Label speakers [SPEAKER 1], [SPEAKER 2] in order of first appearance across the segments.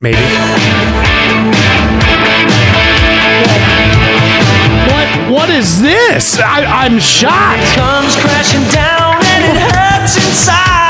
[SPEAKER 1] Maybe. What? What is this? I, I'm shocked.
[SPEAKER 2] Comes crashing down and it hurts inside.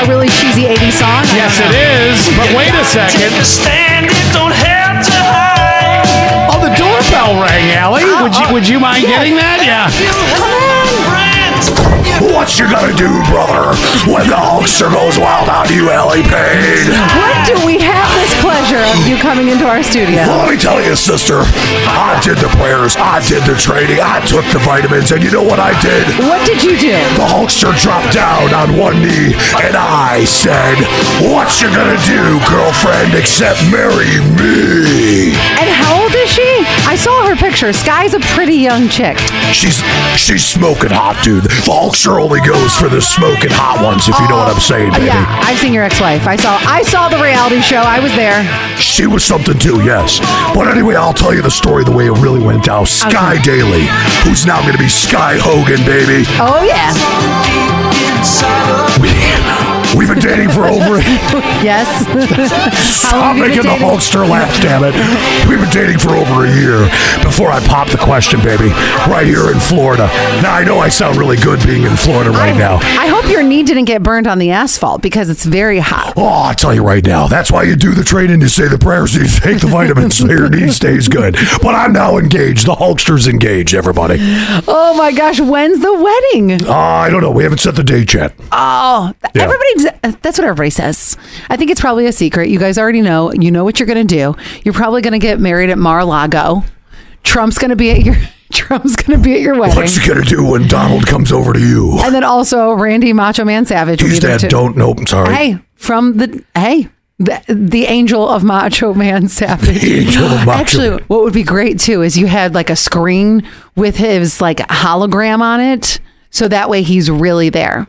[SPEAKER 3] A really cheesy 80s song. I
[SPEAKER 1] Yes,
[SPEAKER 3] don't
[SPEAKER 1] it
[SPEAKER 3] know.
[SPEAKER 1] is. But wait a
[SPEAKER 2] Take
[SPEAKER 1] second.
[SPEAKER 2] a stand, it don't have to hide.
[SPEAKER 1] Oh, the doorbell rang, Allie. Would you Would you mind getting that? Yeah.
[SPEAKER 2] You have friends.
[SPEAKER 4] What you gonna do, brother, when the huckster goes wild on you, Ellie Payne?
[SPEAKER 3] What do we have this pleasure of you coming into our studio?
[SPEAKER 4] Let me tell you, sister, I did the prayers, I did the training, I took the vitamins, and you know what I did?
[SPEAKER 3] What did you do?
[SPEAKER 4] The huckster dropped down on one knee, and I said, What you gonna do, girlfriend, except marry me?
[SPEAKER 3] And how old is she? I saw her picture. Sky's a pretty young chick.
[SPEAKER 4] She's she's smoking hot, dude. The huckster only goes for the smoking hot ones, if you know what I'm saying, baby.
[SPEAKER 3] Oh, Yeah, I've seen your ex-wife. I saw I saw the reality show. I was there.
[SPEAKER 4] She was something too, yes. But anyway, I'll tell you the story the way it really went down. Sky Daly, who's now going to be Sky Hogan, baby.
[SPEAKER 3] Oh yeah.
[SPEAKER 4] We, we've been dating for over.
[SPEAKER 3] Yes.
[SPEAKER 4] Stop
[SPEAKER 3] you been
[SPEAKER 4] making the
[SPEAKER 3] dating?
[SPEAKER 4] Hulkster laugh, damn it. We've been dating for over a year before I pop the question, baby, right here in Florida. Now, I know I sound really good being in Florida right now.
[SPEAKER 3] I hope your knee didn't get burned on the asphalt because it's very hot.
[SPEAKER 4] Oh, I'll tell you right now. That's why you do the training. You say the prayers, you take the vitamins, so your knee stays good. But I'm now engaged. The Hulkster's engaged, everybody.
[SPEAKER 3] Oh my gosh, when's the wedding?
[SPEAKER 4] Uh, I don't know. We haven't set the date yet.
[SPEAKER 3] Oh,
[SPEAKER 4] Yeah.
[SPEAKER 3] everybody that's what everybody says. I think it's probably a secret. You guys already know. You know what you're going to do. You're probably going to get married at Mar-a-Lago. Trump's going to be at your Trump's going to be at your wedding.
[SPEAKER 4] What you gonna do when Donald comes over to you?
[SPEAKER 3] And then also Randy Macho Man Savage. will be
[SPEAKER 4] He's
[SPEAKER 3] there
[SPEAKER 4] that
[SPEAKER 3] too.
[SPEAKER 4] don't. Nope. I'm sorry.
[SPEAKER 3] Hey, from the hey, the, the angel of Macho Man Savage.
[SPEAKER 4] The angel of Macho
[SPEAKER 3] Actually,
[SPEAKER 4] Man.
[SPEAKER 3] what would be great too is you had like a screen with his like hologram on it, so that way he's really there.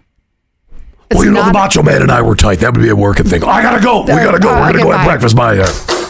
[SPEAKER 4] well, you know the
[SPEAKER 3] not-
[SPEAKER 4] Macho Man and I were tight. That would be a working thing. I gotta go. We gotta go.
[SPEAKER 3] Oh,
[SPEAKER 4] We're gonna
[SPEAKER 3] okay,
[SPEAKER 4] go have
[SPEAKER 3] bye.
[SPEAKER 4] breakfast. Bye. Yeah.